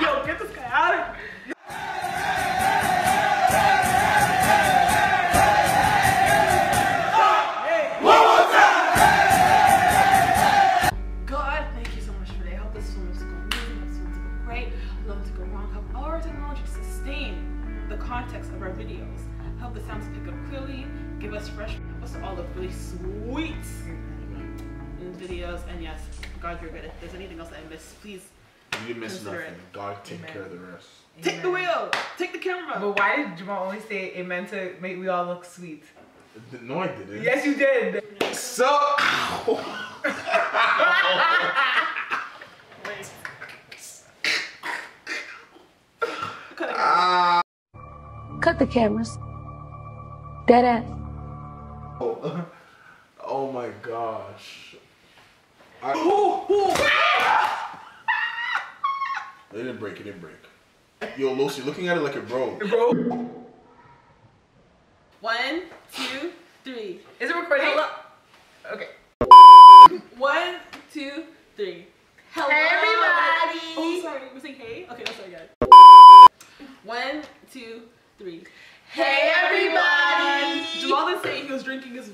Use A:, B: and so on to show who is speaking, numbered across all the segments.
A: Yo, get this guy out of here. God, thank you so much for that. I hope this film is going amazing. I hope this film is going great. I love it to go wrong. I hope all our technology sustain the context of our videos. I hope the sounds pick up clearly, give us fresh, help us to all look really sweet in videos. And yes, God, you're good. If there's anything else that I missed, please
B: You miss
A: Consider
B: nothing. God take
C: Amen.
B: care of the rest.
A: take the wheel, take the camera.
C: But why did Jamal only say amen to make we all look sweet?
B: No, I didn't.
C: Yes, you did.
B: So.
A: Cut it.
B: Ah.
D: Cut the cameras. Dead ass.
B: Oh, oh my gosh. It didn't break, it didn't break. Yo, Los, you're looking at it like a bro.
A: One, two, three.
C: Is it recording?
A: Hello.
C: Okay.
A: One, two, three. Hello,
C: Everybody.
A: Oh, sorry. We're saying hey. Okay, I'm sorry, guys. One, two, three.
C: Hey, everybody.
A: Jamal is saying he was drinking his.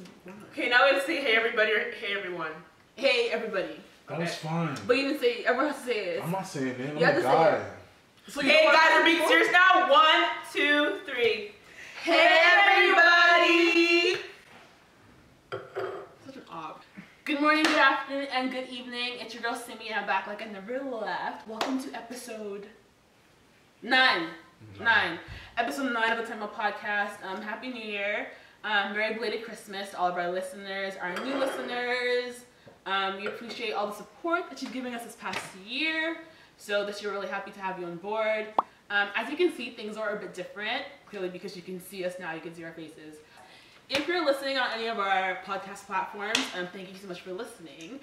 C: Okay, now we have to say hey everybody or hey everyone.
A: Hey, everybody.
B: That was fine.
A: But you didn't say. Everyone has to say it.
B: I'm not saying that. Oh I'm
A: You have
B: a
A: to say
B: guy.
A: it. So
C: Hey guys, we're being serious now. One, two, three.
A: Hey, everybody. Such an op. Good morning, good afternoon, and good evening. It's your girl Simi, and I'm back like I never left. Welcome to episode nine. Nine. Episode nine of the Time Up Podcast. Um, Happy New Year. Um, very belated Christmas to all of our listeners, our new listeners. Um, we appreciate all the support that you've given us this past year. So this year, we're really happy to have you on board. Um, as you can see, things are a bit different, clearly because you can see us now, you can see our faces. If you're listening on any of our podcast platforms, um, thank you so much for listening.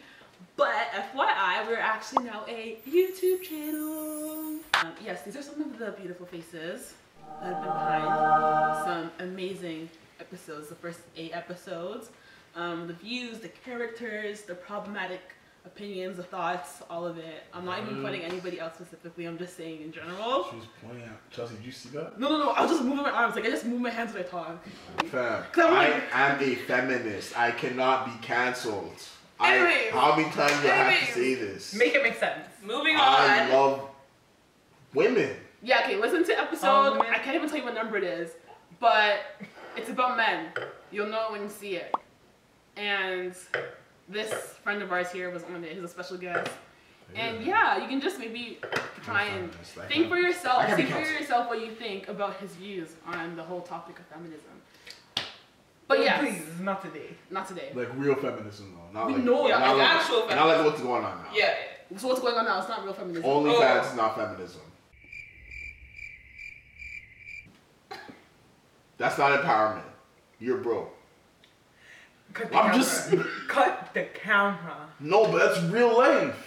A: But FYI, we're actually now a YouTube channel. Um, yes, these are some of the beautiful faces that have been behind some amazing episodes, the first eight episodes. Um, the views, the characters, the problematic opinions, the thoughts, all of it. I'm not
B: Mm.
A: even putting anybody else specifically, I'm just saying in general.
B: She was pointing at Chelsea. Did you see that?
A: No, no, no, I was just moving my arms. Like, I just move my hands when I talk.
B: Fam,
A: Come on.
B: I am a feminist. I cannot be cancelled.
A: Anyway.
B: I, how many times do I have
A: Anyway.
B: to say this?
C: Make it make sense.
A: Moving
B: I love women.
A: Yeah, okay, listen to episode.
B: Oh,
C: Um,
A: I can't even tell you what number it is, but it's about men. You'll know it when you see it. And this friend of ours here was on it. He's a special guest. And yeah, you can just maybe try and
B: Feminist, I
A: think for
B: can't- I
A: yourself.
B: can't
A: See
B: be
A: for
B: counseled.
A: yourself what you think about his views on the whole topic of feminism. But
C: Please,
A: yes,
C: it's not today.
A: not today.
B: Like real feminism though. Not
A: We
B: like,
A: know, yeah,
B: not
A: like
B: like,
A: actual
B: Not like what's going on now.
C: Yeah. Oh.
A: So what's going on now? It's not real feminism.
B: OnlyFans is not feminism. That's not empowerment. You're broke.
C: Cut the
B: I'm
C: camera.
B: just
C: Cut the camera.
B: no, but that's real life.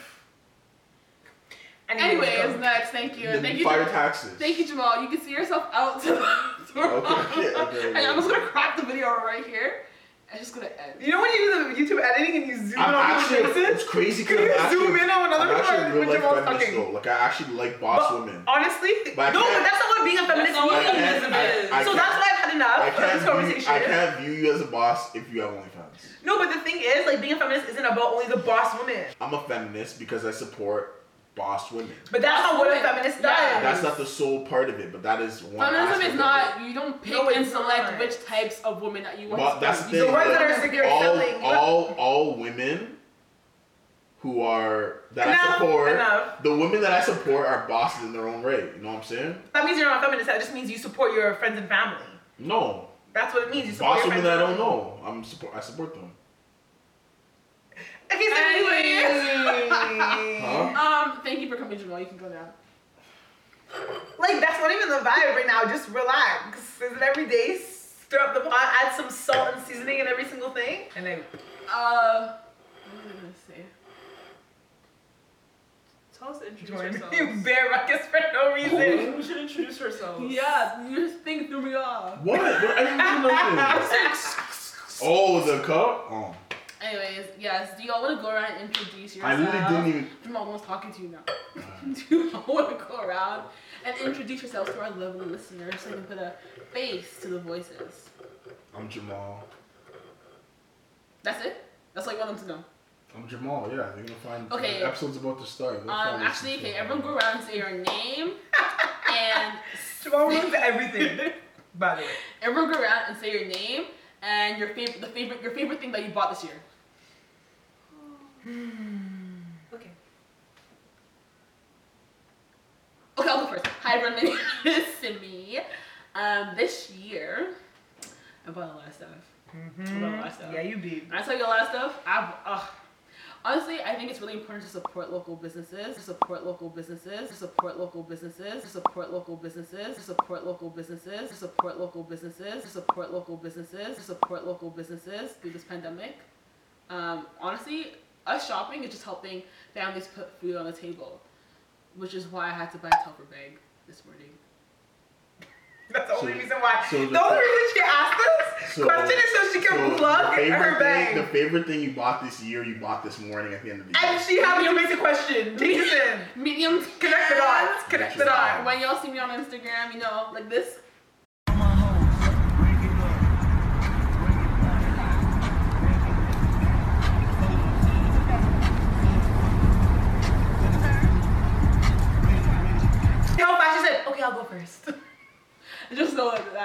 A: Anyways, next, thank you.
B: Then
A: Thank
B: you
A: you.
B: fire
A: Jamal.
B: taxes.
A: Thank you, Jamal. You can see yourself out to the door.
B: Okay, okay,
A: And I'm
B: okay.
A: just gonna crop the video right here. I'm just gonna end.
C: You know when you do the YouTube editing and you zoom
B: I'm
C: in on
B: actually,
C: people's
B: it's
C: faces?
B: crazy
C: Can
B: because
C: you
B: I'm actually,
C: zoom in on another
B: I'm
C: part
B: actually a
C: when
B: real life
C: Jamal's
B: feminist
C: talking?
B: though. Like I actually like boss
C: But
B: women.
C: Honestly,
B: But I
C: no,
B: can't-
C: but that's not what being a feminist
A: That's not what
C: means.
A: feminism is.
B: I
C: so
B: can't-
C: that's what I've had enough
B: I
C: of this
B: can't, view,
C: conversation.
B: I can't view you as a boss if you have OnlyFans.
C: No, but the thing is, like being a feminist isn't about only the boss woman.
B: I'm a feminist because I support boss women.
C: But that's
A: Boss
C: not what a
A: woman.
C: feminist
A: Yeah.
C: does.
B: That's not the sole part of it, but that is one.
A: Feminism
B: aspect
A: is
B: of it.
A: not you don't pick
C: No, it's
A: and select
C: not.
A: which types of women that you want.
B: Well,
A: to
B: that's the
A: be.
B: thing.
A: You
C: The ones
B: but
C: that are secure
B: all,
C: selling.
B: all, all women who are that I
C: Enough,
B: support,
C: enough.
B: the women that I support are bosses in their own right. You know what I'm saying?
C: That means you're not a feminist. That just means you support your friends and family.
B: No,
C: That's what it means. You support
B: boss
C: your
B: women
C: friends
B: that I
C: and
B: don't
C: family.
B: know. I'm support. I support them.
C: Okay, so anyways.
B: Huh?
A: Um, thank you for coming, Jamal. You can go now.
C: like that's not even the vibe right now. Just relax. Is it every day? Stir up the pot, add some salt and seasoning in every single thing. And then
A: Uh, what was I gonna say? Tell us to introduce
C: join
A: yourselves.
C: you bear ruckus for no reason.
A: should introduce
C: herself.
A: Yeah, you just think threw me off.
B: What? What? I didn't do nothing. oh, the cup? Oh.
A: Anyways, yes. Do y'all want to go around and introduce yourself?
B: I literally
C: uh-huh.
B: didn't even-
A: I'm almost talking to you now. Do you want to go around and introduce yourselves to our lovely listeners so we can put a face to the voices?
B: I'm Jamal.
A: That's it. That's all you want them to know.
B: I'm Jamal, yeah. You're gonna find
A: Okay.
B: the episode's about to start. They'll
A: Um,
B: find this
A: actually,
B: and
A: okay,
B: shit.
A: everyone go around and say your name, and
C: Tomorrow ruins everything. By the way.
A: everyone go around and say your name and your favorite, the favorite, your favorite thing that you bought this year.
E: Okay.
A: Okay, I'll go first. Hi, everyone. My name is Simi. Um, this year, I bought a lot of stuff. I bought a lot of stuff.
C: Mm, Yeah, you be.
A: When I tell you a lot of stuff, I've, ugh. Honestly, I think it's really important to support local businesses, to support local businesses, to support local businesses, to support local businesses, to support local businesses, to support local businesses, to support local businesses, to support local businesses through this pandemic. Um, honestly, us shopping is just helping families put food on the table, which is why I had to buy a Tupper bag this morning.
C: That's the only
B: So-
C: reason why.
B: so
C: the,
B: the-
C: only reason she asked this
B: So-
C: question is so she can
B: the
C: plug
B: favorite
C: her bag.
B: thing- The favorite thing you bought this year, you bought this morning at the end of the year.
C: and she happened to make the question. Take us in.
A: Medium
C: Connect the dots. Connect the
A: Uh,
C: dots.
A: When y'all see me on Instagram, you know, like this,
C: How fast she said, okay, I'll go first.
A: Just know that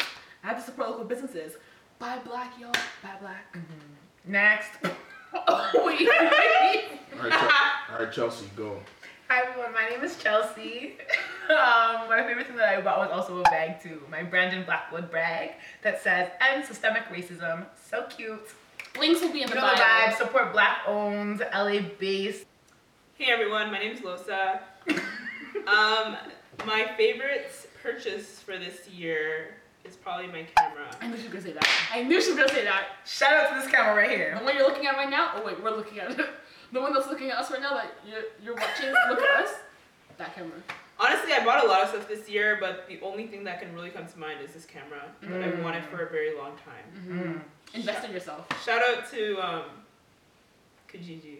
A: uh, I have to support local businesses. Buy black, y'all. Buy black.
C: Next.
A: oh, wait. wait.
B: All right, Chel- all right, Chelsea, go.
C: Hi everyone, my name is Chelsea. Um, my favorite thing that I bought was also a bag too. My Brandon Blackwood bag that says "End Systemic Racism." So cute.
A: Links will be in the
C: You know
A: bio.
C: the vibe. Support Black-owned, LA-based.
E: Hey everyone, my name is Losa. um, my favorite purchase for this year is probably my camera.
A: I knew she was gonna say that. I knew she was gonna say that.
C: Shout out to this camera right
A: The
C: here.
A: one you're looking at right now. Oh wait, we're looking at it. The one that's looking at us right now that you're, you're watching. Look at us. That camera.
E: Honestly, I bought a lot of stuff this year, but the only thing that can really come to mind is this camera that
B: Mm.
E: I've wanted for a very long
B: Mm-hmm.
E: time.
A: Invest in yourself.
E: Shout out to um, Kijiji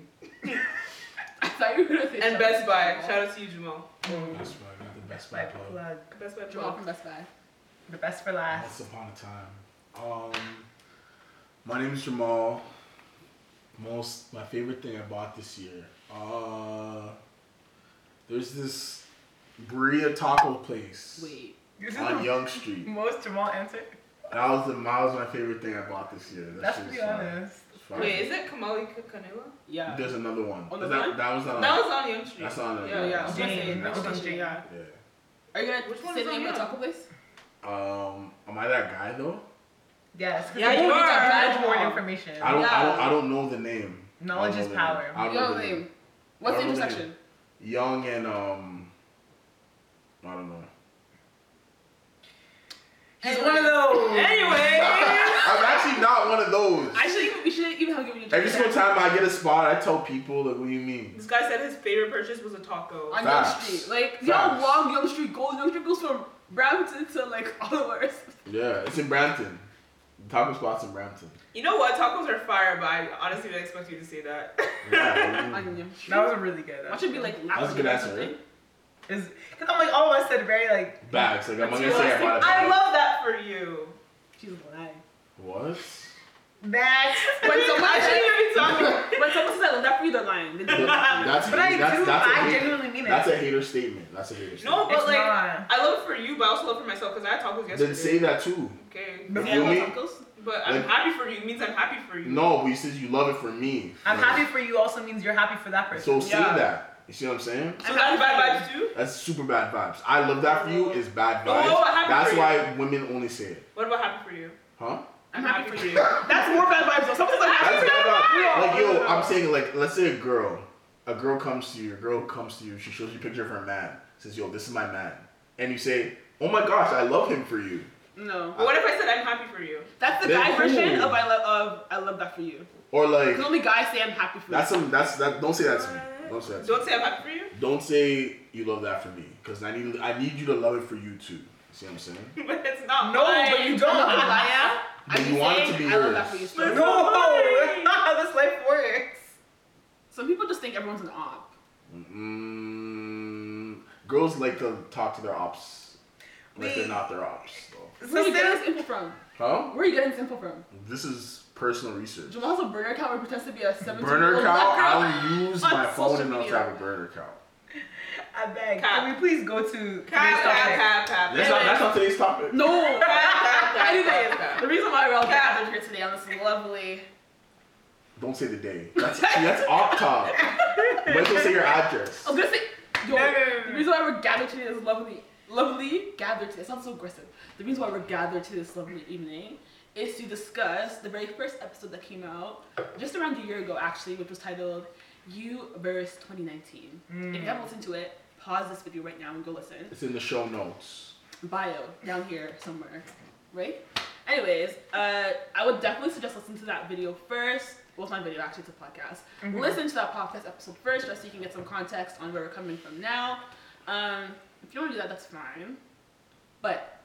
A: I thought you were gonna say.
E: and
A: shout
E: Best
A: out
E: Buy.
A: to
E: Shout out to you, Jamal.
B: Best Buy, not the Best
C: My Mm-hmm. plug.
E: Best Buy.
A: Jamal
E: plug.
A: from Best Buy.
C: The best for
B: Once
C: last.
B: upon a time. Um, my name is Jamal. Most my favorite thing I bought this year. Uh, there's this burrito taco place
A: Wait.
C: This is
B: on
C: the
B: Young Street.
C: most Jamal answer.
B: That was the that was my favorite thing I bought this year. That
C: Let's
B: shit
C: be
B: is fire.
C: honest.
B: It's fire.
E: Wait, is it Kamali Kanela?
A: Yeah.
B: There's another one.
A: On the
B: that,
A: front?
B: that was not.
E: That
B: on-
E: was on Young Street.
B: Uh, That's not on-
A: Yeah, yeah. I was
B: that's
A: gonna
B: not-
A: say,
C: Jane,
A: next
C: that was on
A: station,
C: Jane.
A: yeah. Are
B: Yeah.
A: you gonna
E: Which one
A: say
E: is
A: the name
E: on
A: of the
E: yours?
A: taco place?
B: Um, am I that guy though?
C: Yes. 'cause
E: Yeah,
C: we
E: you
C: need to
E: are.
C: have
A: Jamal.
C: more information.
B: I don't. I don't.
A: Yeah.
B: I don't know the name. I don't
C: Knowledge
B: know
C: is
B: the
C: power.
B: name. I don't
A: Yo,
B: know the name.
A: name. What's the
B: I don't know the
A: intersection?
B: Young and um, I don't know.
C: He's one of those.
E: Anyway,
B: I'm actually not one of those.
A: I should even, we should even have given you.
B: Every single time I get a spot, I tell people like, "What do you mean?"
E: this guy said his favorite purchase was a taco.
A: on
B: Facts.
A: Young Street, like you
B: Facts.
A: know, long Young Street goes. Young Street goes from Brampton to like all the worst.
B: Yeah, it's in Brampton. The taco spot's in Brampton.
E: You know what? Tacos are fire, but I honestly didn't expect you to say that.
B: Yeah, what do
A: On
B: you mean?
A: Young Street.
C: That was a really good.
A: I should be like.
B: That was a
A: African
B: good
A: or
B: answer,
A: something.
B: right?
C: Is because I'm like all of us said very like
B: Bags. Like I'm not gonna say I bought a
E: I
B: bag.
E: love that for you.
A: She's lying.
B: What?
C: that.
A: When someone
E: I shouldn't even be talking.
A: when someone says I love that for you, they're lying. They don't love you.
B: That's
C: But I
B: that's,
C: do.
B: that's a
C: I
B: hate-
C: genuinely mean it.
B: That's a hater statement. That's a hater statement.
E: No, but
C: It's
E: like,
C: not.
E: I love it for you, but I also love it for myself because I had tacos yesterday.
B: Then say that too.
E: Okay.
C: No.
E: Yeah,
B: You
E: well,
B: mean-
E: tacos. But I'm
B: Like-
E: happy for you. It means I'm happy for you.
B: No, but you says you love it for me.
C: I'm
B: Like,
C: happy for you also means you're happy for that person.
B: So say
A: Yeah.
B: that. You see what I'm saying?
E: So that's bad vibes too?
B: That's super bad vibes. I love that for you is bad
E: No,
B: vibes.
E: I'm happy
B: That's
E: for
B: why women only say it.
E: What about happy for you?
B: Huh?
A: I'm happy for you.
C: That's more bad vibes. though. Someone's like,
B: That's bad vibes. Like yo,
C: Yeah.
B: I'm saying like let's say a girl, a girl comes to you, a girl comes to you, she shows you a picture of her man, says yo, this is my man, and you say, oh my gosh, I love him for you.
A: No,
E: But what if I said I'm happy for you?
A: that's the
B: Then
A: guy
B: cool.
A: version of I love of I love that for you.
B: Or like
A: The only guys say I'm happy for
B: that's
A: you.
B: some that's that. Don't say that to me. Don't say that.
E: Don't say I'm happy for you.
B: Don't say you love that for me, because I need I need you to love it for you too. See what I'm saying?
E: But it's not
C: No,
E: mine.
C: but you don't.
F: I am.
B: But you want it to be
F: I love that for you
B: yours.
F: still.
C: No, that's not how this life works.
A: Some people just think everyone's an op.
B: Mm, girls like to talk to their ops like they're
C: We-
B: not their ops. though.
A: Where
C: So
A: are you getting this
C: since
A: info from?
B: Huh?
A: Where are you getting this info from?
B: This is personal research.
A: Jamal has a burner account where he pretends to be a 17
B: Burner
A: year old
B: cow.
A: black girl.
B: I don't use
A: on
B: my phone
A: social
B: enough to
A: media.
B: have a burner cow.
C: I beg,
E: Cap.
C: can we please go to
E: Cap,
C: today's
E: cap,
C: topic?
E: cap, cap.
B: That's not that's not today's topic.
A: No! I
E: I
A: did it. The reason why we're all gathered here today on this lovely.
B: Don't say the day. That's see, that's off top. Might as well say your address.
A: I was gonna say, yo,
C: No, no, no, no.
A: the reason why we're gathered today is lovely, lovely gathered today. It sounds so aggressive. The reason why we're gathered to this lovely evening is to discuss the very first episode that came out just around a year ago, actually, which was titled "You Verse 2019."
C: Hmm.
A: If you haven't listened to it, pause this video right now and go listen.
B: It's in the show notes.
A: bio down here somewhere, right? Anyways, uh, I would definitely suggest listening to that video first. Well, it's not a video, actually, it's a podcast. Listen to that podcast episode first just so you can get some context on where we're coming from now. Um, if you don't want to do that, that's fine. But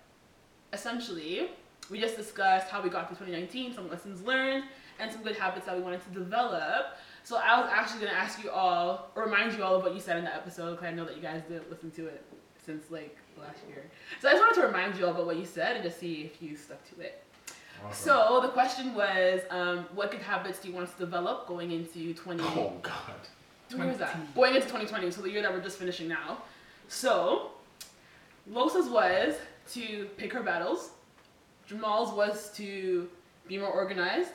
A: essentially, we just discussed how we got through 2019, some lessons learned, and some good habits that we wanted to develop. So I was actually going to ask you all, or remind you all of what you said in that episode, because I know that you guys did listen to it since like last year. So I just wanted to remind you all about what you said and just see if you stuck to it. So the question was, um, what good habits do you want us to develop going into 20?
B: Oh god.
A: Where is that? Going into 2020, so the year that we're just finishing now. So, Losa's was to pick her battles, Jamal's was to be more organized,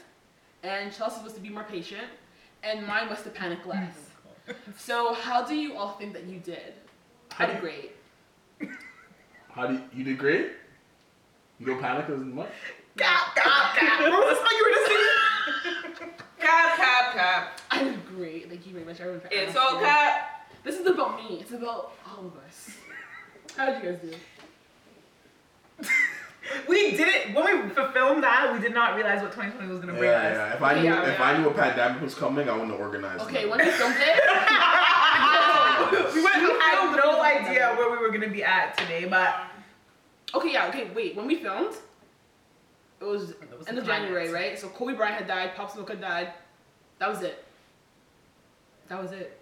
A: and Chelsea's was to be more patient, and mine was to panic less. so, how do you all think that you did? I did great.
B: How do you, you did great? You don't panic as much?
C: Cap, cap, cap. What was this song you were just singing?
E: Cap, cap, cap.
A: I did great. Thank you very much, everyone. For
E: It's
A: asking.
E: all cap.
A: This is about me. It's about all of us. How did you guys do?
C: We didn't, when we filmed that, we did not realize what 2020 was going to
B: Yeah,
C: bring us.
B: yeah. If I knew
A: Yeah,
B: if I knew a pandemic was coming, I wouldn't organize.
A: Okay,
B: it.
A: when you filmed it,
C: We wouldn't- I
A: filmed
C: had
A: the
C: no
A: video
C: idea
A: together.
C: where we were gonna be at today, but
A: Okay, yeah, okay, wait. When we filmed, it was
C: That was
A: end
C: the
A: of January,
C: climax.
A: right? So Kobe Bryant had died, Pop Smoke had died. That was it. That was it.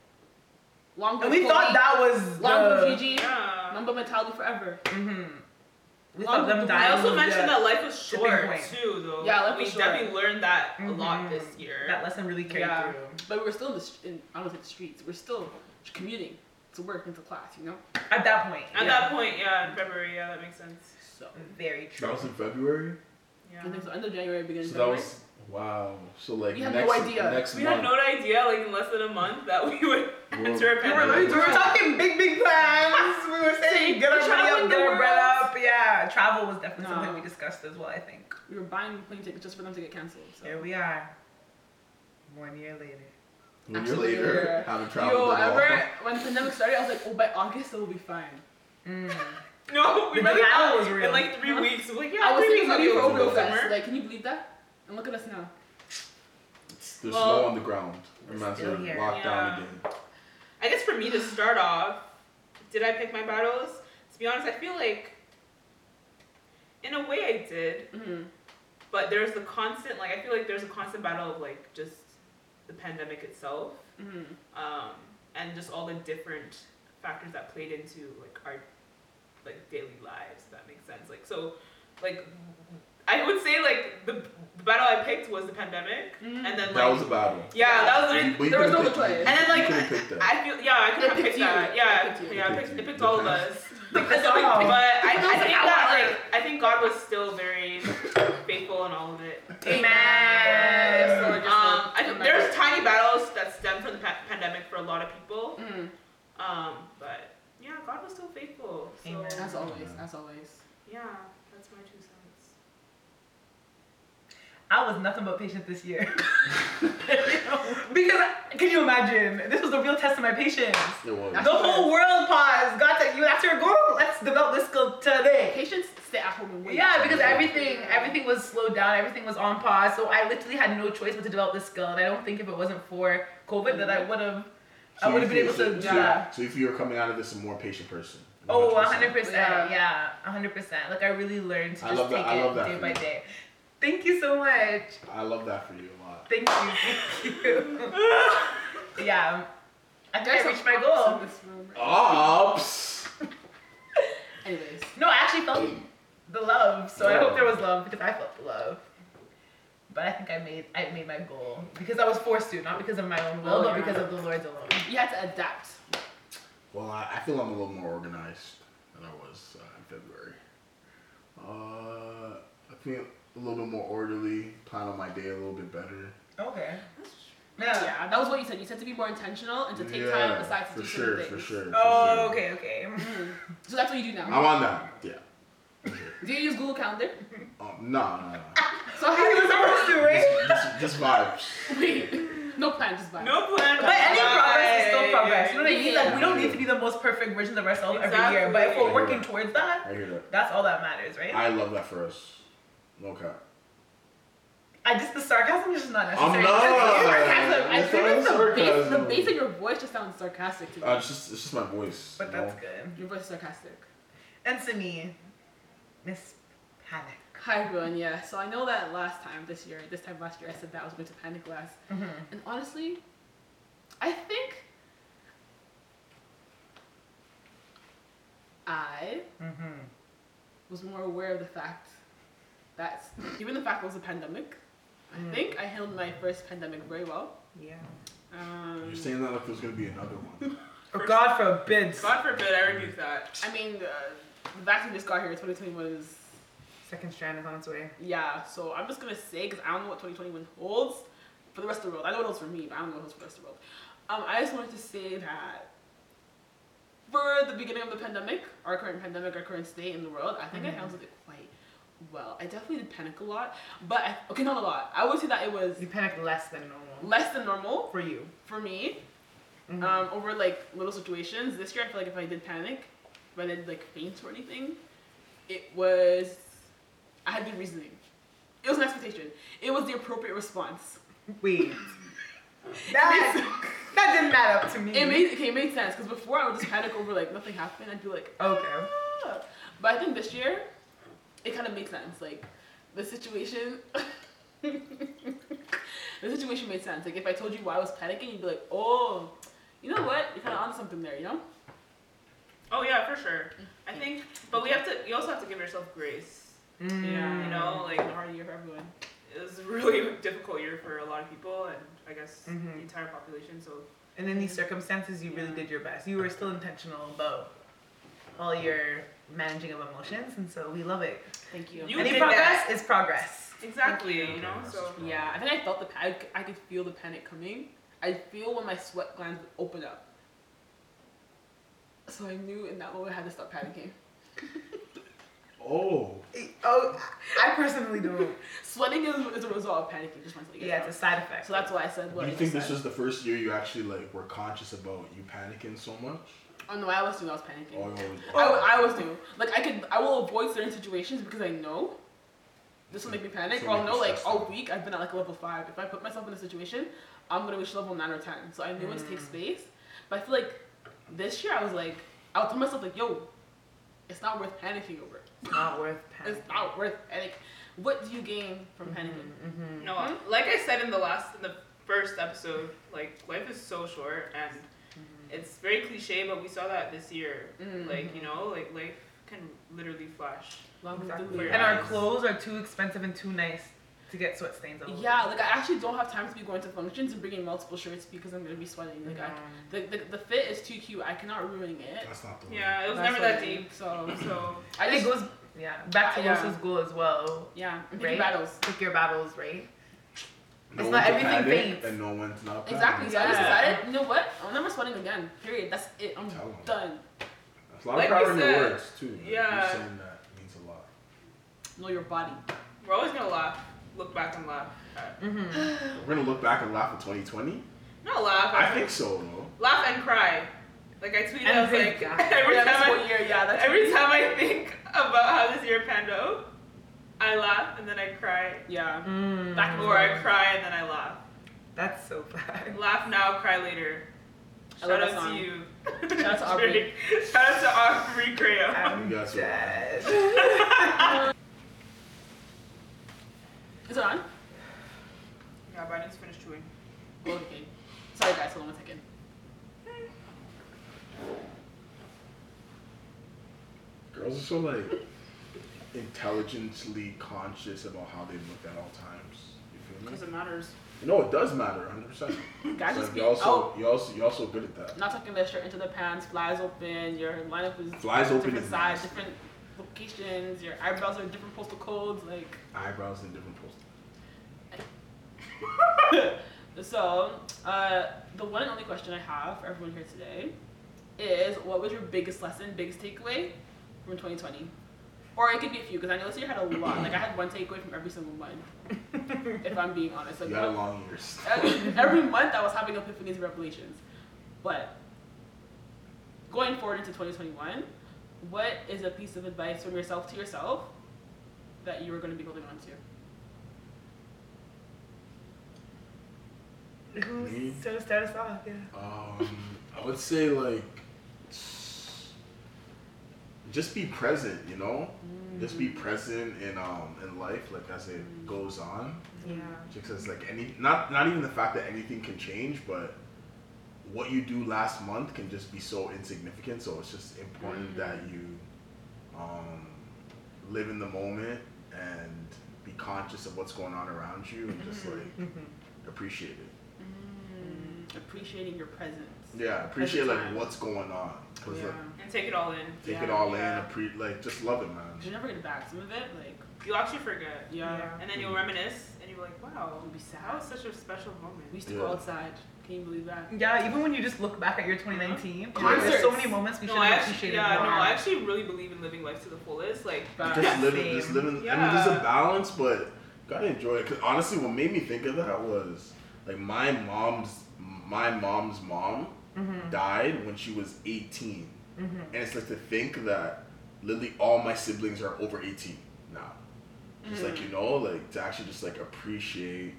A: Long
C: and
A: live
C: we
A: Kobe.
C: thought that was
A: Long live
C: the, Mm-hmm.
A: Gigi.
E: Yeah.
A: Mamba mentality forever.
C: we thought them dying.
E: I also
C: was
E: mentioned
C: the-
E: that life was
C: Tipping
E: short
C: point.
E: too, though.
A: Yeah, life
E: we
A: was short.
E: definitely learned that a lot
C: Mhm.
E: this year.
C: that lesson really carried
A: Yeah.
C: through.
A: But we were still in the str- in, I don't say the streets. We're still commuting to work and to class, you know.
C: At that point,
E: At
C: yeah.
E: that point, yeah, in February, yeah, that makes sense.
A: So
C: very true.
B: That was in February.
E: Yeah.
A: I think so. End of January, beginning
B: So
A: of
B: that
A: February.
B: was wow. So like
A: We had
B: next,
A: no idea.
B: Next
E: We
B: month.
E: had no idea, like in less than a month, that we would
B: Well,
E: enter a
B: we were
E: pandemic.
C: we were talking big, big plans. We were saying get our money
E: Traveling
C: up,
E: the
C: get our bread
E: world.
C: up. Yeah, travel was definitely
A: No.
C: something we discussed as well. I think
A: we were buying plane tickets just for them to get canceled. So.
C: here we are, one year later.
B: One year
A: Actually,
B: later,
A: yeah.
B: haven't traveled
A: Yo,
B: at all.
A: ever when the pandemic started, I was like, oh, by August it will be fine.
E: Mm-hmm. No, we
C: The
E: really
C: denial
E: thought
C: was real.
E: in like three weeks. We're like, yeah,
A: I was
E: three
A: thinking
E: weeks
A: about
E: I'll
A: you
E: be
A: for
E: able to
A: Odo
E: go
A: Fest.
E: somewhere.
A: Like, can you believe that? And look at us now.
B: It's- There's
E: Well,
B: snow on the ground. Our man's
C: still
B: are
C: here.
B: locked
E: Yeah.
B: down again.
E: I guess for me to start off, did I pick my battles? To be honest, I feel like in a way I did,
A: Mm-hmm.
E: but there's the constant like I feel like there's a constant battle of like just the pandemic itself,
A: Mm-hmm.
E: um, and just all the different factors that played into like our like daily lives. If that makes sense. Like so, like I would say like the, the battle I picked was the pandemic,
A: Mm.
E: and then like,
B: That was a battle.
E: yeah, that was.
B: We- we
A: There was
B: could've
A: no
B: picked-
A: choice.
B: we
A: And
E: And then like
B: could've picked that.
E: I feel yeah, I could
A: It
E: have
A: picked
E: picked
A: you.
E: that.
A: It
E: Yeah,
A: picked you.
E: yeah,
B: It
E: it
B: picked
E: picked,
B: you.
E: it picked all of us.
C: Like
E: But
C: that's all.
E: I,
A: It was
E: I
A: an
E: think
A: hour.
E: that like I think God was still very faithful in all of it.
C: Amen.
E: Um, I think there's tiny battles that stem from the pa- pandemic for a lot of people.
A: Mm,
E: Um, but yeah, God was still faithful. So
C: Amen.
A: as always, as always.
E: yeah, that's my two cents.
C: I was nothing but patient this year. because can you imagine? This was the real test of my patience.
B: It was.
C: The whole world paused. God said, "You that's your goal. Let's develop this skill today."
A: Patients stay at home and wait.
C: Yeah, because everything everything was slowed down, everything was on pause. So I literally had no choice but to develop this skill. And I don't think if it wasn't for COVID that I would have I
B: So
C: would've
B: if
C: been
B: you-
C: able to-
B: so-
C: yeah.
B: So if you were coming out of this a more patient person.
C: Oh, 100 percent.
A: Yeah.
C: Yeah, 100 percent. Like I really learned to
B: I
C: just
B: love that-
C: take
B: I love
C: it
B: that
C: day
B: for
C: by
B: you.
C: day. Thank you so much.
B: I love that for you a lot.
C: Thank you. Thank you. yeah. I think I reached my
A: In
C: goal.
A: this room right
B: Ops.
A: now. Anyways,
C: No, I actually felt the love, so I
B: Oh.
C: hope there was love because I felt the love. But I think I made I made my goal because I was forced to, not because of my own will,
A: Oh,
C: but
A: yeah.
C: because of the Lord's alone.
A: you had to adapt.
B: Well, I, I feel I'm a little more organized than I was uh, in February. Uh, I feel a little bit more orderly. Plan on my day a little bit better.
C: Okay.
A: Yeah.
C: Yeah.
A: that was what you said. You said to be more intentional and to take
B: Yeah,
A: time aside to
B: for
A: do
B: sure,
A: certain
B: for
A: things.
B: sure. for
C: Oh,
B: sure.
C: okay, okay.
A: So that's what you do now.
B: I'm on that. Yeah.
A: Do you use Google Calendar?
B: Um, no, no, no.
A: So how do
C: He was
A: you
C: supposed to, right?
B: Just- just, just vibes.
A: wait? No plan, just vibe.
E: No plan.
C: But any progress is still progress. You know what I mean? Like we don't
B: Yeah.
C: need to be the most perfect version of ourselves every year, but if
E: Exactly.
C: we're working towards that,
B: I hear that.
C: that's all that matters, right? I,
B: I love that for us. No cap.
C: just the sarcasm is just not necessary.
B: I'm not.
A: Sarcasm. I
B: It's
A: think
B: not
A: it's the base, the
B: sarcasm.
A: base of your voice just sounds sarcastic to me.
B: Uh, it's just it's just my voice.
C: But
B: you know?
C: that's good.
A: your voice is sarcastic.
C: And to me, Miss Panic.
A: Hi everyone, yeah. So I know that last time this year, this time last year, I said that I was going to panic less. And honestly, I think I
C: Mm-hmm.
A: was more aware of the fact that even the fact it was a pandemic, I think I handled my first pandemic very well.
C: Yeah.
A: Um,
B: You're saying that like there's gonna be another one.
C: Or Oh, God forbid.
E: God forbid I rebuke that.
A: I mean, uh, the vaccine just got here. 2020 was,
C: Second strand is on its way.
A: yeah. So I'm just gonna say because I don't know what 2021 holds for the rest of the world. I know what it holds for me, but I don't know what it holds for the rest of the world. Um, I just wanted to say that for the beginning of the pandemic, our current pandemic, our current state in the world, I think I handled it quite well. I definitely did panic a lot, but I, okay, not a lot. I would say that it was
C: You panic less than normal.
A: less than normal
C: For you.
A: for me um, over like little situations. This year, I feel like if I did panic, if I did like faint or anything, it was I had good reasoning. It was an expectation. It was the appropriate response.
C: Wait. That, that didn't add up to me.
A: It made okay, it made sense because before I would just panic over like nothing happened. I'd be like,
C: Okay.
A: ah. but I think this year, it kind of made sense. Like the situation. the situation made sense. Like if I told you why I was panicking, you'd be like, "Oh, you know what? You're kind of onto something there, you know."
E: Oh yeah, for sure. I think, but we have to. You also have to give yourself grace.
C: Mm.
A: Yeah,
E: You know, like
A: a hard year for everyone.
E: it was a really difficult year for a lot of people, and I guess the
C: Mhm.
E: entire population. So
C: And in these circumstances, you really did your best. You were still intentional about all your managing of emotions, and so we love it.
A: Thank you.
E: You
C: Any
E: did
C: progress is progress.
E: exactly, you. know.
B: That's
E: So
B: true.
A: yeah, I think I felt the pa- I, c- I could feel the panic coming. I feel when my sweat glands would open up. So I knew in that moment I had to stop panicking.
B: Oh.
C: Oh, I personally don't.
A: Sweating is, is a result of panicking. Just wanted to let you
C: Yeah,
A: guys
C: it's a side effect.
A: know. So that's why I said what
B: you
A: I
B: think
A: just
B: this
A: said.
B: was the first year you actually like were conscious about you panicking so much?
A: Oh no, I was doing. I was panicking.
B: Or you always-
A: I, w- I was new. Like I could, I will avoid certain situations because I know this will make me panic.
B: So
A: Or I'll
B: make you
A: know like
B: stressed
A: all
B: out.
A: week I've been at like level five. If I put myself in a situation, I'm gonna reach level nine or ten. So I knew when to take space. But I feel like this year I was like, I'll tell myself like, yo, it's not worth panicking over. it.
C: It's not worth panicking.
A: It's not worth panic. What do you gain from panicking?
C: Mm-hmm.
E: no, like I said in the last, in the first episode, like life is so short, and
C: Mm-hmm.
E: it's very cliche, but we saw that this year.
A: Mm,
E: Like you know, like life can literally flash.
A: Long
C: Exactly.
A: delivery.
C: And our clothes are too expensive and too nice to get sweat stains all over.
A: Yeah, like I actually don't have time to be going to functions and bringing multiple shirts because I'm gonna be sweating. Like I,
C: Mm.
A: the, the the fit is too cute. I cannot ruin it.
B: That's not the way.
E: Yeah, it was
A: That's
E: never
A: what
E: that
A: I mean.
E: deep.
A: So
E: So
A: I
C: And it
A: just
C: goes, yeah, back to
A: Yeah.
C: Rosa's goal as well.
A: yeah, and
C: Right?
A: picking battles.
C: Pick your battles, right?
B: No
C: It's
B: one
C: not
B: can
C: everything
B: panic
C: faints.
B: And no one's not panicking.
A: Exactly. So I just
E: Yeah.
A: decided, you know what? I'm never sweating again. Period. That's it. I'm
B: Tell 'em.
A: done.
B: That's a lot
E: Like
B: of
E: we
B: power in your
E: said,
B: words too. man.
E: yeah.
B: You saying that means a lot.
A: Know your body.
E: we're always gonna laugh, look back and laugh. At,
C: Mm-hmm.
B: We're gonna look back and laugh at 2020.
E: Not laugh.
B: I think so though.
E: laugh and cry. Like I tweeted,
C: And
E: I was
C: thank
E: like,
C: God.
E: every
A: Yeah, that's
E: time
A: one
E: I,
A: year. Yeah, that's
E: every time I think about how this year panned out, I laugh and then I cry,
A: Yeah.
C: Mm,
A: Back and
E: or
A: forth.
E: I cry and then I laugh.
C: that's so bad.
E: Laugh now, cry later.
A: I
E: Shout
A: love that
E: out
A: song.
E: to you.
A: Shout out to Aubrey.
E: Drake. Shout out to Aubrey Graham.
C: I'm
B: You guys are
C: dead.
A: Is it on?
E: Yeah, but I need to finish chewing.
A: Okay. Sorry guys, hold on one second.
B: Girls are so like intelligently conscious about how they look at all times. You feel me?
A: Because it matters.
B: No, it does matter, hundred percent.
A: Guys just
B: Like,
A: be
B: you also,
A: out.
B: you also, you also good at that.
A: Not tucking their shirt into their pants, flies open, your lineup is
B: Flies open
A: different
B: is
A: size,
B: nasty.
A: different locations, your eyebrows are different postal codes, like
B: Eyebrows in different poses.
A: So, uh, the one and only question I have for everyone here today is what was your biggest lesson, biggest takeaway from 2020? Or it could be a few, because I know this year had a lot. Like, I had one takeaway from every single month, if I'm being honest. Like,
B: You had
A: one-
B: long ears.
A: every, every month I was having epiphanies and revelations. But going forward into 2021, what is a piece of advice from yourself to yourself that you are going to be holding on to?
B: Me?
C: Who's to start us off? Yeah.
B: Um, I would say like just be present, you know. Just be present in um in life, like as it goes on.
C: Yeah.
B: Just as like any, not not even the fact that anything can change, but what you do last month can just be so insignificant. So it's just important that you um, live in the moment and be conscious of what's going on around you and just like
C: Mm-hmm.
B: appreciate it.
A: Mm, appreciating your presence.
B: Yeah, appreciate like
A: time.
B: what's going on. 'Cause, like,
E: And take it all in.
B: take it
A: Yeah.
B: all in,
E: Yeah.
B: appre- like just love it, man.
A: You're never gonna back some of it, like
E: You'll actually forget.
A: yeah.
C: Yeah.
E: And then you'll reminisce and you'll be like, wow,
A: It'll be sad.
E: that was such a special
A: We
E: moment.
A: used to go
B: Yeah.
A: outside. Can you believe that?
C: Yeah, even when you just look back at your 2019, you're like,
A: Concerts.
C: there's so many moments we
E: No,
C: should
E: I
C: have
E: actually,
C: appreciated
E: yeah,
C: more.
E: no, I actually really believe in living life to the fullest. Like,
A: But
B: Just living, just
C: Same.
B: living. I mean, there's
E: Yeah.
B: a balance, but gotta enjoy it. Cause honestly, what made me think of that was like my mom's, my mom's mom
E: Mm-hmm.
B: died when she was 18, and it's like to think that literally all my siblings are over 18 now. Just
E: Mm.
B: like you know, like to actually just like appreciate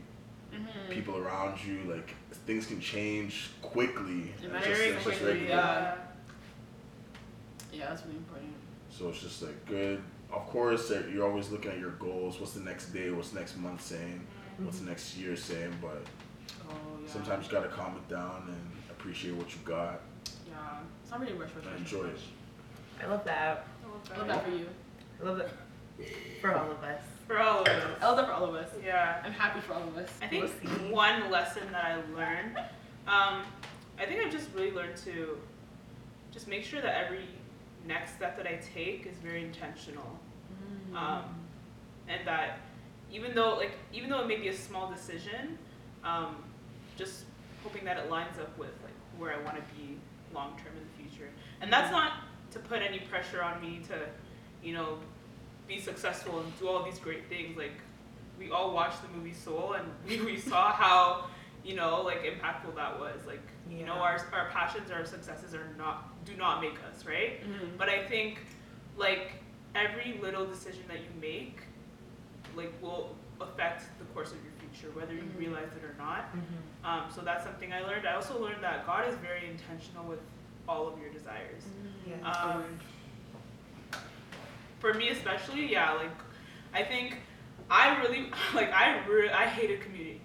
E: Mm-hmm.
B: people around you. Like things can change quickly.
A: It
B: It's
A: matters
B: just-
E: very
B: it's just
E: quickly,
B: regular.
E: yeah.
A: yeah, that's really important.
B: So it's just like good. Of course, that you're always looking at your goals. What's the next day? What's next month saying? What's next year saying? But
A: Oh yeah.
B: sometimes you gotta calm it down and appreciate what you got
A: Yeah. It's not really rush rush.
B: and
A: rush,
B: enjoy
A: rush.
B: it.
C: I love that.
A: I love that for you.
C: I love that for all of us.
E: For all of
A: I
E: us.
A: love that for all of us.
E: Yeah.
A: I'm happy for all of us.
E: I think
C: Pussy.
E: one lesson that I learned, um, I think I've just really learned to just make sure that every next step that I take is very intentional.
A: Mm.
E: Um, and that even though like even though it may be a small decision, um, just hoping that it lines up with like where I want to be long term in the future. And that's not to put any pressure on me to, you know, be successful and do all these great things. Like we all watched the movie Soul and we, we saw how, you know, like impactful that was. Like you know,
C: Yeah.
E: our our passions, our successes are not do not make us, right?
A: Mhm.
E: But I think like every little decision that you make like will affect the course of your future, whether you
A: Mhm.
E: realize it or not. Um, so that's something I learned. I also learned that God is very intentional with all of your desires.
C: Yeah.
E: Um, for me especially, yeah, like I think I really like I re- I hated commuting.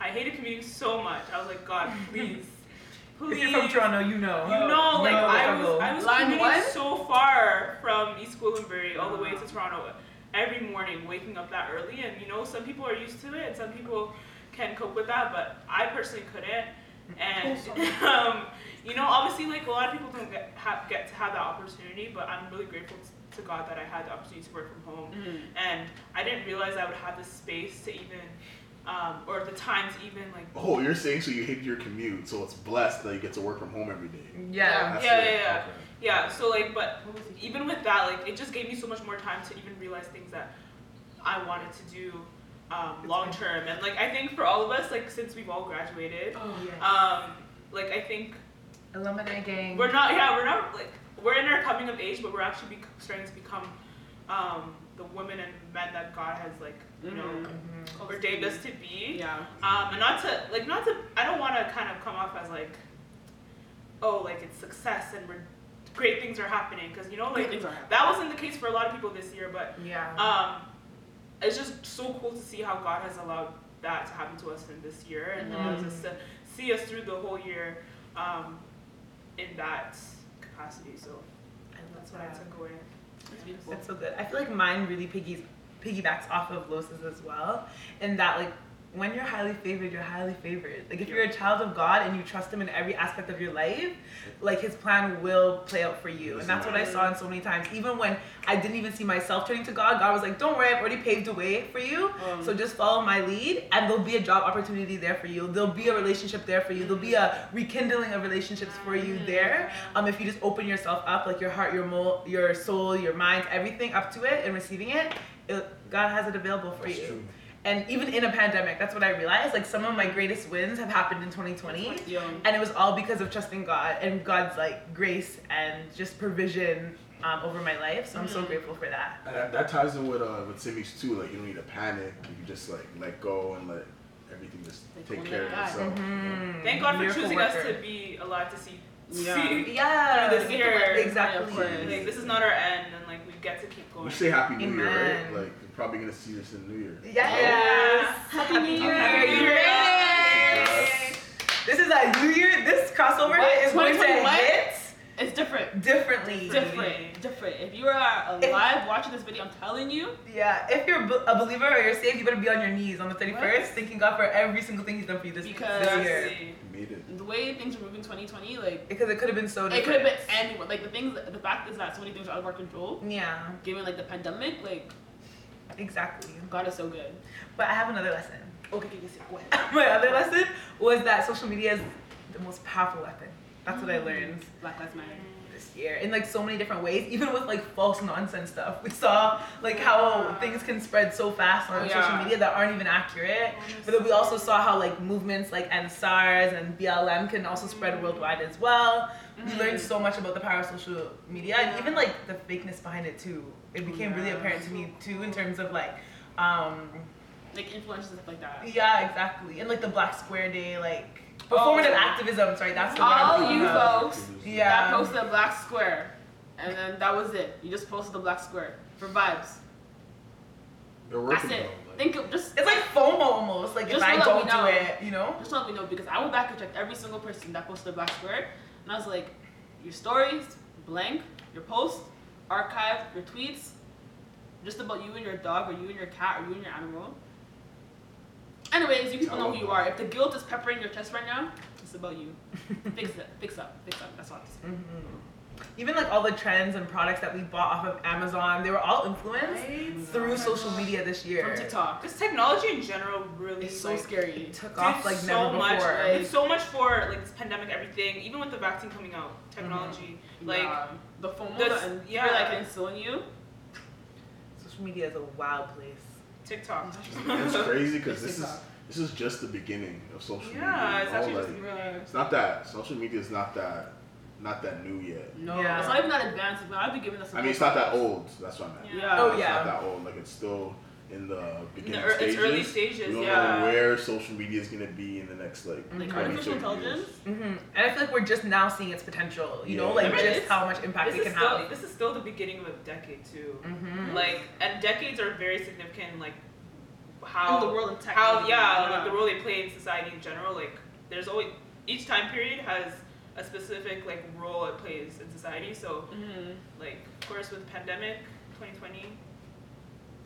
E: I hated commuting so much. I was like, God, please,
C: if
E: please.
C: you're from Toronto, you know.
E: You know, like
C: the
E: I
C: struggle.
E: was, I was
A: Line
E: commuting
A: one?
E: so far from East Gwillimbury all the way to Toronto every morning, waking up that early, and you know, some people are used to it, and some people can cope with that, but I personally couldn't. And um, you know, obviously, like a lot of people don't get have, get to have that opportunity, but I'm really grateful t- to God that I had the opportunity to work from home,
A: Mhm.
E: and I didn't realize I would have the space to even, um, or the time to even like.
B: Oh, you're saying so you hate your commute, so it's blessed that you get to work from home every day.
C: Yeah.
B: That's
E: Yeah,
B: it.
E: yeah, yeah.
B: Okay.
E: Yeah, so like, but
A: What was it?
E: even with that, like, it just gave me so much more time to even realize things that I wanted to do um, long term. And like, I think for all of us, like, since we've all graduated,
A: Oh yeah.
E: um, like, I think
C: Alumni gang.
E: we're not, yeah, we're not like, we're in our coming of age, but we're actually bec starting to become um, the women and men that God has, like, you know, ordained us to
A: Mm-hmm.
E: be.
A: Yeah.
E: Um, and not to like not to I don't want to kind of come off as like oh, like it's success and we're great things are happening because you know
A: Great
E: like
A: things are happening.
E: that wasn't the case for a lot of people this year, but
C: Yeah.
E: um, it's just so cool to see how God has allowed that to happen to us in this year and
C: Mm-hmm.
E: allowed us to see us through the whole year um, in that capacity. So that's what I took away.
A: It's beautiful.
C: That's so good. I feel like mine really piggies, piggybacks off of Los's as well, in that like when you're highly favored, you're highly favored. Like if you're a child of God and you trust Him in every aspect of your life, like His plan will play out for you. And that's what I saw in so many times. Even when I didn't even see myself turning to God, God was like, "Don't worry, I've already paved the way for you. so just follow my lead, and there'll be a job opportunity there for you. There'll be a relationship there for you. There'll be a rekindling of relationships for you
E: Mm-hmm.
C: there. Um, if you just open yourself up, like your heart, your mo- your soul, your mind, everything up to it and receiving it, it God has it available for
B: That's
C: you.
B: true.
C: And even in a pandemic, that's what I realized. Like some of my greatest wins have happened in 2020, and it was all because of trusting God and God's like grace and just provision um, over my life. So I'm so
E: Mm-hmm.
C: grateful for that.
B: And that, that ties in with uh, with Simi's too. Like you don't need to panic. You can just like let go and let everything just
A: Like,
B: take
A: oh
B: care of
A: my God.
B: itself. you know?
C: Mm,
E: Mm-hmm. Thank God for
C: miracle
E: choosing us
C: worker.
E: to be allowed to see.
A: Yeah.
E: see
C: Yeah.
E: through this year.
C: Exactly.
A: Of course.
E: Like, this is not our end, and like we get to keep going.
B: We say Happy New Year,
C: Amen.
B: right? Like you're probably gonna see this in New Year.
C: Yes.
A: Happy New Year.
C: Happy New Year. This is a new year. This crossover
A: What?
C: is going to
A: 2021?
C: hit
A: It's different.
C: differently.
A: Different. Different. If you are alive watching this video, I'm telling you,
C: Yeah. If you're be- a believer or you're saved, you better be on your knees on the 31st, thanking God for every single thing He's done for you this, this
A: Because-
C: year.
E: Seriously.
B: You made it.
A: the way things are moving 2020, like
C: Because it could have been so
A: it
C: different.
A: could have been anyone. Like the things, the fact is that so many things are out of our control.
C: Yeah.
A: Given like the pandemic, like
C: Exactly.
A: God is so good.
C: But I have another lesson.
A: Okay, you can see. Go ahead.
C: My other lesson was that social media is the most powerful weapon. That's
A: Mm.
C: what I learned.
A: Black Lives Matter.
C: this year in like so many different ways even with like false nonsense stuff we saw like how things can spread so fast on
E: Yeah.
C: social media that aren't even accurate but then we also saw how like movements like ansars and blm can also
A: Mm-hmm.
C: spread worldwide as well we learned so much about the power of social media and even like the fakeness behind it too it became really apparent to me too in terms of like um
A: Like influencers and stuff like that.
C: yeah exactly and like the black square day like
A: Oh.
C: performative activism sorry that's the word I'm
A: All
C: thinking
A: you
C: of.
A: folks
C: yeah
A: That posted a black square, and then that was it. You just posted a black square for vibes.
B: They're
A: That's
B: working
A: it.
B: though, like-
A: Think of just
C: It's like FOMO almost. Like if
A: Just
C: I
A: so that
C: don't
A: we
C: do
A: know.
C: it, you know.
A: just let me know because I went back and checked every single person that posted a black square, and I was like, your stories, blank, your post, archive, your tweets, just about you and your dog or you and your cat or you and your animal. Anyways, you people know who you are. If the guilt is peppering your chest right now, it's about you. fix it. Fix up. Fix up. That's all. I'm saying.
C: Mm-hmm. Even like all the trends and products that we bought off of Amazon, they were all influenced through social media this year.
A: From TikTok,
E: This technology in general really
A: it's so
E: like,
A: scary.
C: It took
E: did
C: off like
E: so
C: never
E: much,
C: before.
E: like, did so much for like this pandemic, everything. Even with the vaccine coming out, technology, like
A: Yeah. the FOMO
E: this-
A: that yeah.
E: yeah.
A: you're like instilling you.
C: social media is a wild place.
E: TikTok.
B: It's crazy because
A: It's
B: this is
A: TikTok.
B: this is just the beginning of social media.
E: yeah,
B: you
E: it's
B: know?
E: actually
B: Like,
E: just realized.
B: it's not that social media is not that not that new yet.
A: No,
C: Yeah.
A: it's not even that advanced. But I'd be giving us.
B: I mean, it's not that old. That's what I meant.
E: Yeah.
C: Oh,
B: it's
C: yeah.
B: not that old. Like it's still in the beginning
E: ear-
B: stages.
E: it's early
B: We
E: stages,
B: don't
E: yeah.
B: know where social media is gonna be in the next like.
A: Like
B: 20,
A: artificial
B: 30 years.
A: intelligence.
C: hmm And I feel like we're just now seeing its potential. You know,
B: Yeah.
C: like
B: I mean,
C: just
E: it's-
C: how much impact
E: This
C: it can
E: is still
C: have.
E: this is still the beginning of a decade too.
C: Mhm.
E: Like and decades are very significant. Like
A: In
E: how
A: the world of tech.
E: how yeah, like the role they play in society in general. Like there's always each time period has a specific like role it plays in society. So
A: Mhm.
E: like of course with pandemic 2020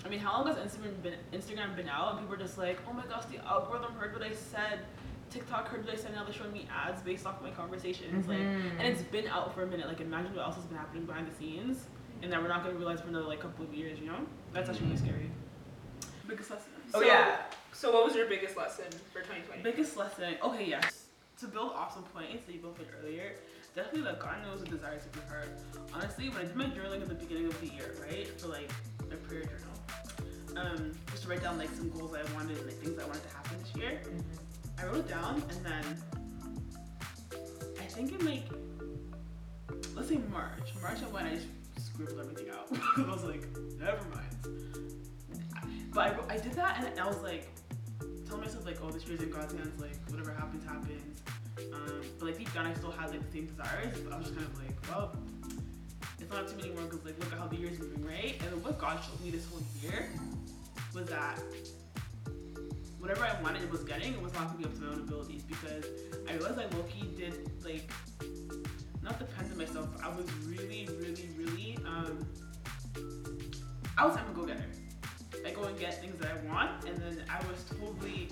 A: I mean, how long has Instagram been Instagram been out? And people are just like, oh my gosh, the algorithm heard what I said. TikTok heard what I said. Now they're showing me ads based off my conversations.
C: Mhm.
A: Like, and it's been out for a minute. Like, imagine what else has been happening behind the scenes, and that we're not gonna realize for another like couple of years. You know, that's actually really scary. Biggest lesson.
C: oh
E: So-
C: yeah.
E: so what was your biggest lesson for 2020
A: Biggest lesson. Okay, yes. To build off some points that you both made earlier, definitely like God knows the desire to be heard. Honestly, when I did my journaling at the beginning of the year, right, for like a prayer journal, um, just to write down like some goals I wanted and like things I wanted to happen this year, I wrote it down and then I think in like let's say March, March of when I just scribbled everything out. I was like, never mind. But I, wrote- I did that and I was like, telling myself like, oh, this year's in God's hands. Like, whatever happens, happens. Um, But like deep down, I still had like the same desires. But I was just kind of like, well, it's not too many more because like look at how the year's moving, right? And then what God showed me this whole year was that whatever I wanted, it was getting. It was not gonna be up to my own abilities because I realized I low key did like not depend on myself. But I was really, really, really um, I was I'm a go-getter. I go and get things that I want, and then I was totally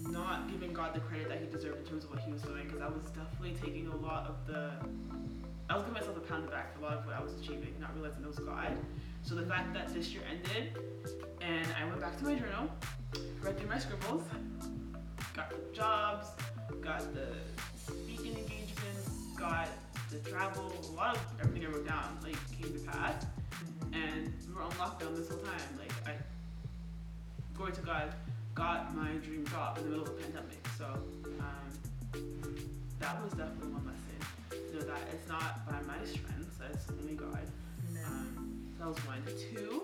A: not giving God the credit that He deserved in terms of what He was doing, because I was definitely taking a lot of the. I was giving myself a pound back for a lot of what I was achieving, not realizing it was God. So the fact that this year ended, and I went back to my journal, read through my scribbles, got the jobs, got the speaking engagements, got the travel, a lot of everything I wrote down like came to pass and we were on lockdown this whole time. Like I, glory to God, got my dream job in the middle of a pandemic. So um, that was definitely one lesson. You know that it's not by my strength, it's only God. Um, that was one. Two.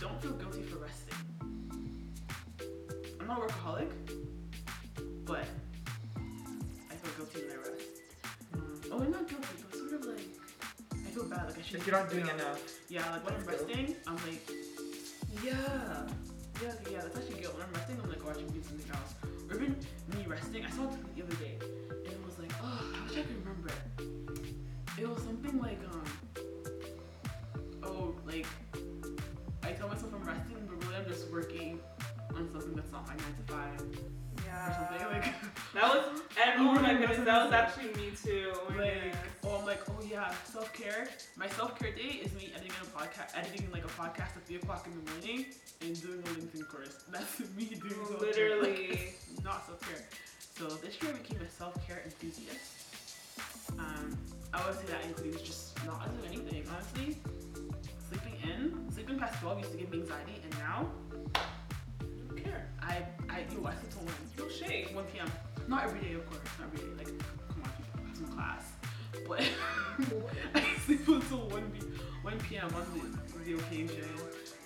A: Don't feel guilty for resting. I'm not a workaholic, but I feel guilty when I rest. Oh, I'm not guilty, but sort of like I feel bad. Like I should.
C: Like you're not doing enough.
A: Yeah, like when I'm
C: Let's go.
A: resting, I'm like, yeah, yeah, okay, yeah. That's actually good. When I'm resting, I'm like, oh, I should be doing something else. Or even me resting, I saw it the other day, and it was like, oh, I wish I could remember it. It was something like, um, oh, like I tell myself I'm resting, but really I'm just working on something that's not my nine to five or something. Like,
E: That was, and oh my goodness, that was actually me too. Oh my
A: like
E: goodness.
A: oh I'm like oh yeah self care my self care day is me editing a podcast editing like a podcast at three o'clock in the morning and doing a LinkedIn course that's me doing self-care.
E: Literally.
A: Like, it's not self care so this year I became a self care enthusiast um I would say that includes just not doing anything honestly sleeping in sleeping past twelve used to give me anxiety and now
E: I don't care.
A: I I do I sleep till one
E: No shade.
A: 1 p.m. Not every day, of course. Not every day. Like, come on, people. I have some class. But I sleep until 1, p- 1 p.m. on the, the occasion.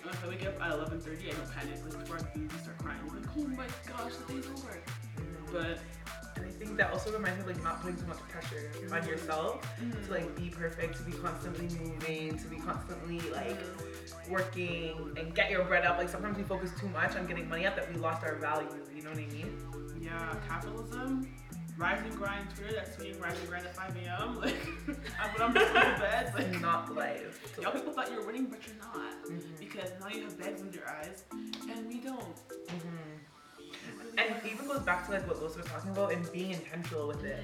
A: And if I wake up at 11.30, I don't panic. Like, before I can even start crying. I'm like, oh my gosh, the day's over. But,
C: And I think that also reminds me of like not putting so much pressure on yourself to like be perfect, to be constantly moving, to be constantly like working and get your bread up. Like sometimes we focus too much on getting money up that we lost our value. You know what I mean?
A: yeah, capitalism. Rise and grind Twitter, that's me, rise and grind at 5 a.m. Like, I'm- when I'm just in bed, like,
C: Not life.
A: Y'all people thought you were winning, but you're not. Because now you have bags under your eyes, and we don't.
C: And it even goes back to like what Lois was talking about and being intentional with it.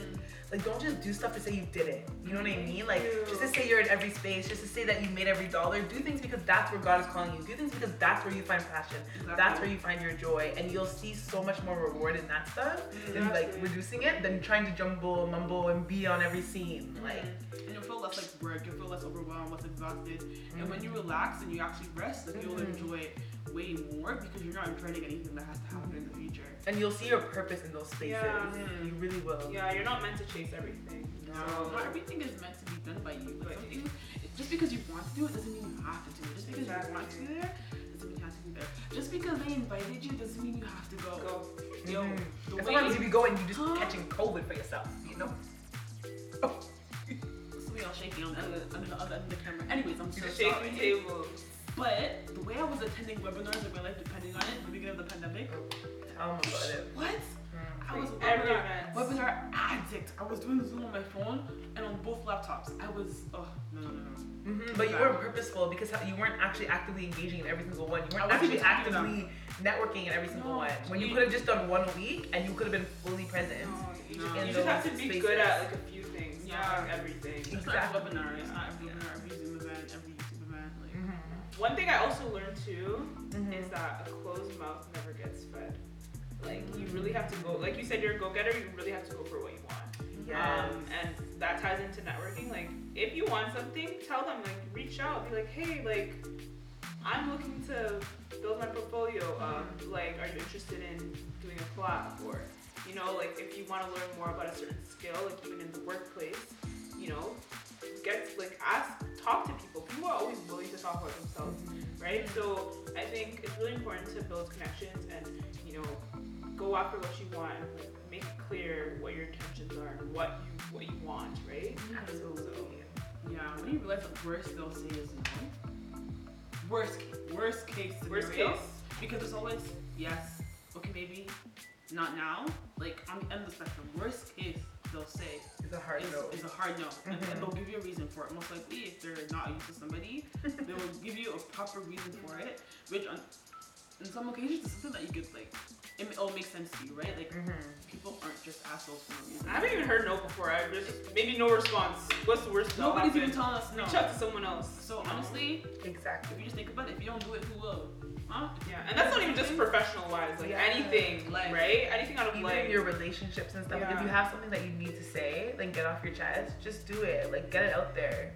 C: Like don't just do stuff to say you did it. You know what I mean? Like just to say you're in every space, just to say that you made every dollar. Do things because that's where God is calling you. Do things because that's where you find passion. That's where you find your joy. And you'll see so much more reward in that stuff than like
E: Exactly.
C: reducing it than trying to jumble, mumble, and be on every scene. Like
A: and you'll feel less like broke, you'll feel less overwhelmed, less exhausted. And when you relax and you actually rest, like, you'll enjoy it way more because you're not dreading anything that has to happen in the future.
C: and you'll see your purpose in those spaces.
E: Yeah.
C: You really will.
E: Yeah, you're not meant to chase everything.
A: So not everything is meant to be done by you. Like
E: Right.
A: some things, just because you want to do it doesn't mean you have to do it. Just because you want to
E: Exactly.
A: be there doesn't mean you have to be there. Just because they invited you doesn't mean you have to go.
E: Go.
A: Yo,
E: Mm-hmm.
A: the
C: Mm-hmm. And
A: way
C: sometimes you be going, you just
A: Huh?
C: catching COVID for yourself, you know?
A: so we all shaking on the, on the, on the, on the camera. Anyways, I'm so
E: The
A: sorry.
E: shaking table.
A: But the way I was attending webinars and my life depending on it at the beginning of the pandemic, Oh
C: Tell them about it.
A: what?
C: Mm-hmm.
A: I was a
E: Every
A: webinar,
E: event.
A: webinar addict. I was doing Zoom on my phone and on both laptops. I was, oh, no, no, no, no.
C: Mhm, But you weren't purposeful because you weren't actually actively engaging in every single one. You
A: I
C: weren't
A: wasn't
C: actually
A: actively
C: actively networking in every single
A: No.
C: one. When you
A: You-
C: could have just done one a week and you could have been fully present.
E: No, you
A: No.
E: just, you
A: In
E: just have to
C: those
E: be
C: spaces.
E: good at like a few things,
A: Yeah.
E: not like everything.
A: It's not every
C: Exactly.
A: webinar. It's not every webinar, every Zoom event, every YouTube event. Like,
E: One thing I also learned too
C: Mm-hmm.
A: Mm.
E: is that a closed mouth never gets fed. Like you
A: Mm.
E: really have to go. Like you said, you're a go-getter. You really have to go for what you want.
C: Yeah.
E: Um, and that ties into networking. Like, if you want something, tell them, like, reach out. Be like, hey, like, I'm looking to build my portfolio. Um, like, are you interested in doing a collab? Or, you know, like, if you want to learn more about a certain skill, like, even in the workplace, you know, get, like, ask, talk to people. People are always willing to talk about themselves, right? So I think it's really important to build connections and, you know, go after what you want. Like, make clear what your intentions are and what you what you want, right? So, so
A: Yeah, when you realize the worst they'll say is no. Worst case, worst case scenario.
E: worst case,
A: Because it's always yes, okay, maybe, not now. Like on the end of the spectrum, worst case they'll say
C: It's a hard
A: is,
C: no.
A: is a hard no, and, and they'll give you a reason for it. Most likely, if they're not used to somebody, they will give you a proper reason for it, which on in some occasions is something that you could like. It all makes sense to you, right? Like
C: Mm-hmm.
A: people aren't just assholes for no reason.
E: I haven't even heard no before. I just maybe no response. What's the worst? that'll
A: Nobody's even
E: happen?
A: telling us no.
E: Reach out to someone else.
A: So
E: you know?
A: honestly, if
C: Exactly.
A: you just think about it, if you don't do it, who will? Huh?
E: Yeah, and that's not even just professional wise, like
C: Yeah.
E: anything,
A: Life.
E: right? Anything out of
C: Even
E: life.
C: in your relationships and stuff, like
E: Yeah.
C: if you have something that you need to say, like get off your chest, just do it. Like get it out there.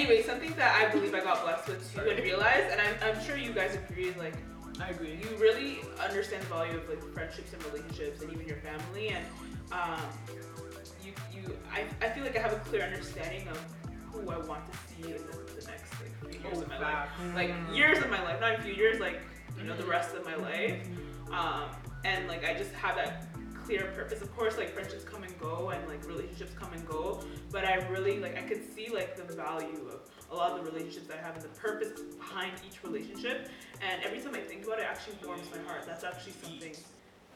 E: Anyway, something that I believe I got blessed with too and realized, and I'm, I'm sure you guys agree, is like
A: I agree.
E: you really understand the value of like friendships and relationships and even your family and um, you you I, I feel like I have a clear understanding of who I want to see in the, the next like few years
A: Oh,
E: of my life.
A: back.
E: Like years of my life, not a few years, like you know, the rest of my life. Um, and like I just have that clear purpose. Of course like friendships come and go and like relationships come and go, but I really like I could see like the value of a lot of the relationships I have and the purpose behind each relationship. And every time I think about it, it actually warms my heart. That's actually something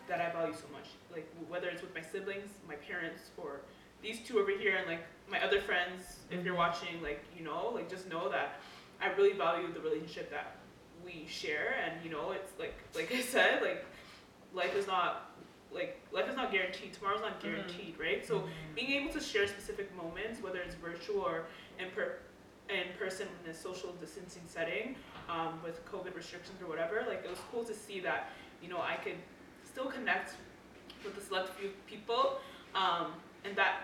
E: that I value so much. Like w- whether it's with my siblings, my parents, or these two over here, and like my other friends. If you're watching, like you know, like just know that I really value the relationship that we share. And you know, it's like like I said, like life is not like life is not guaranteed. Tomorrow's not guaranteed, right? So being able to share specific moments, whether it's virtual or in per in person in a social distancing setting, um, with COVID restrictions or whatever, like it was cool to see that you know I could still connect with a select few people, um, and that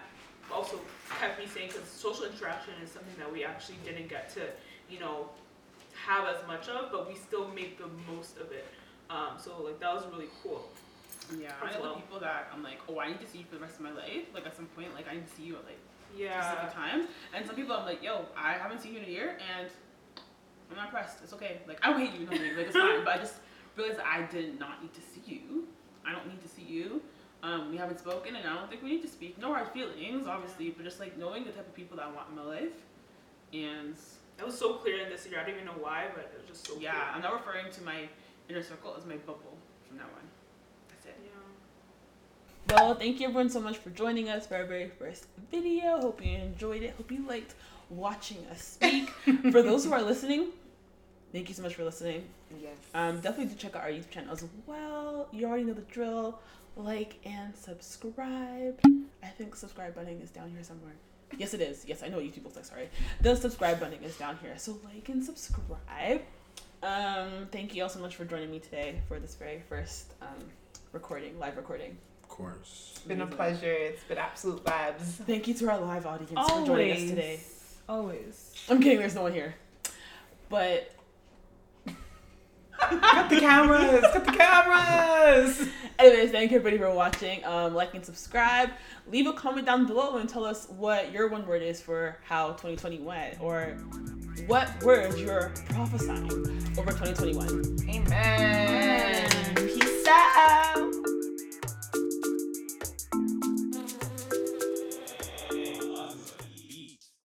E: also kept me sane because social interaction is something that we actually didn't get to you know have as much of, but we still made the most of it. Um, so like that was really cool.
A: Yeah,
E: as
A: I know
E: well.
A: the people that I'm like, oh, I need to see you for the rest of my life. Like at some point, like I need to see you at like
E: Yeah.
A: specific times. And some people I'm like, yo, I haven't seen you in a year, and I'm not pressed. It's okay. Like I don't hate you, nothing. Like it's fine. But I just realized that I did not need to see you. I don't need to see you. Um, we haven't spoken, and I don't think we need to speak. No hard feelings, obviously, but just like knowing the type of people that I want in my life, and
E: It was so clear in this year. I don't even know why, but it was just so
A: yeah, I'm not referring to my inner circle as my bubble from now on. That's it.
E: clear. Yeah.
A: Well, thank you everyone so much for joining us for our very first video. Hope you enjoyed it. Hope you liked watching us speak. for those who are listening, thank you so much for listening.
C: Yes.
A: Um, definitely do check out our YouTube channel as well. You already know the drill. Like and subscribe. I think the subscribe button is down here somewhere. Yes, it is. Yes, I know what YouTube looks like. Sorry, the subscribe button is down here. So like and subscribe. Um, thank you all so much for joining me today for this very first um, recording, live recording.
B: Of course.
C: It's been a pleasure. It's been absolute vibes.
A: Thank you to our live audience for joining us today.
C: Always.
A: I'm kidding, there's no one here. But
C: Cut the cameras. Cut the cameras.
A: anyways, thank you everybody for watching. Um, like and subscribe. Leave a comment down below and tell us what your one word is for how 2020 went or what words you're prophesying over 2021.
C: Amen.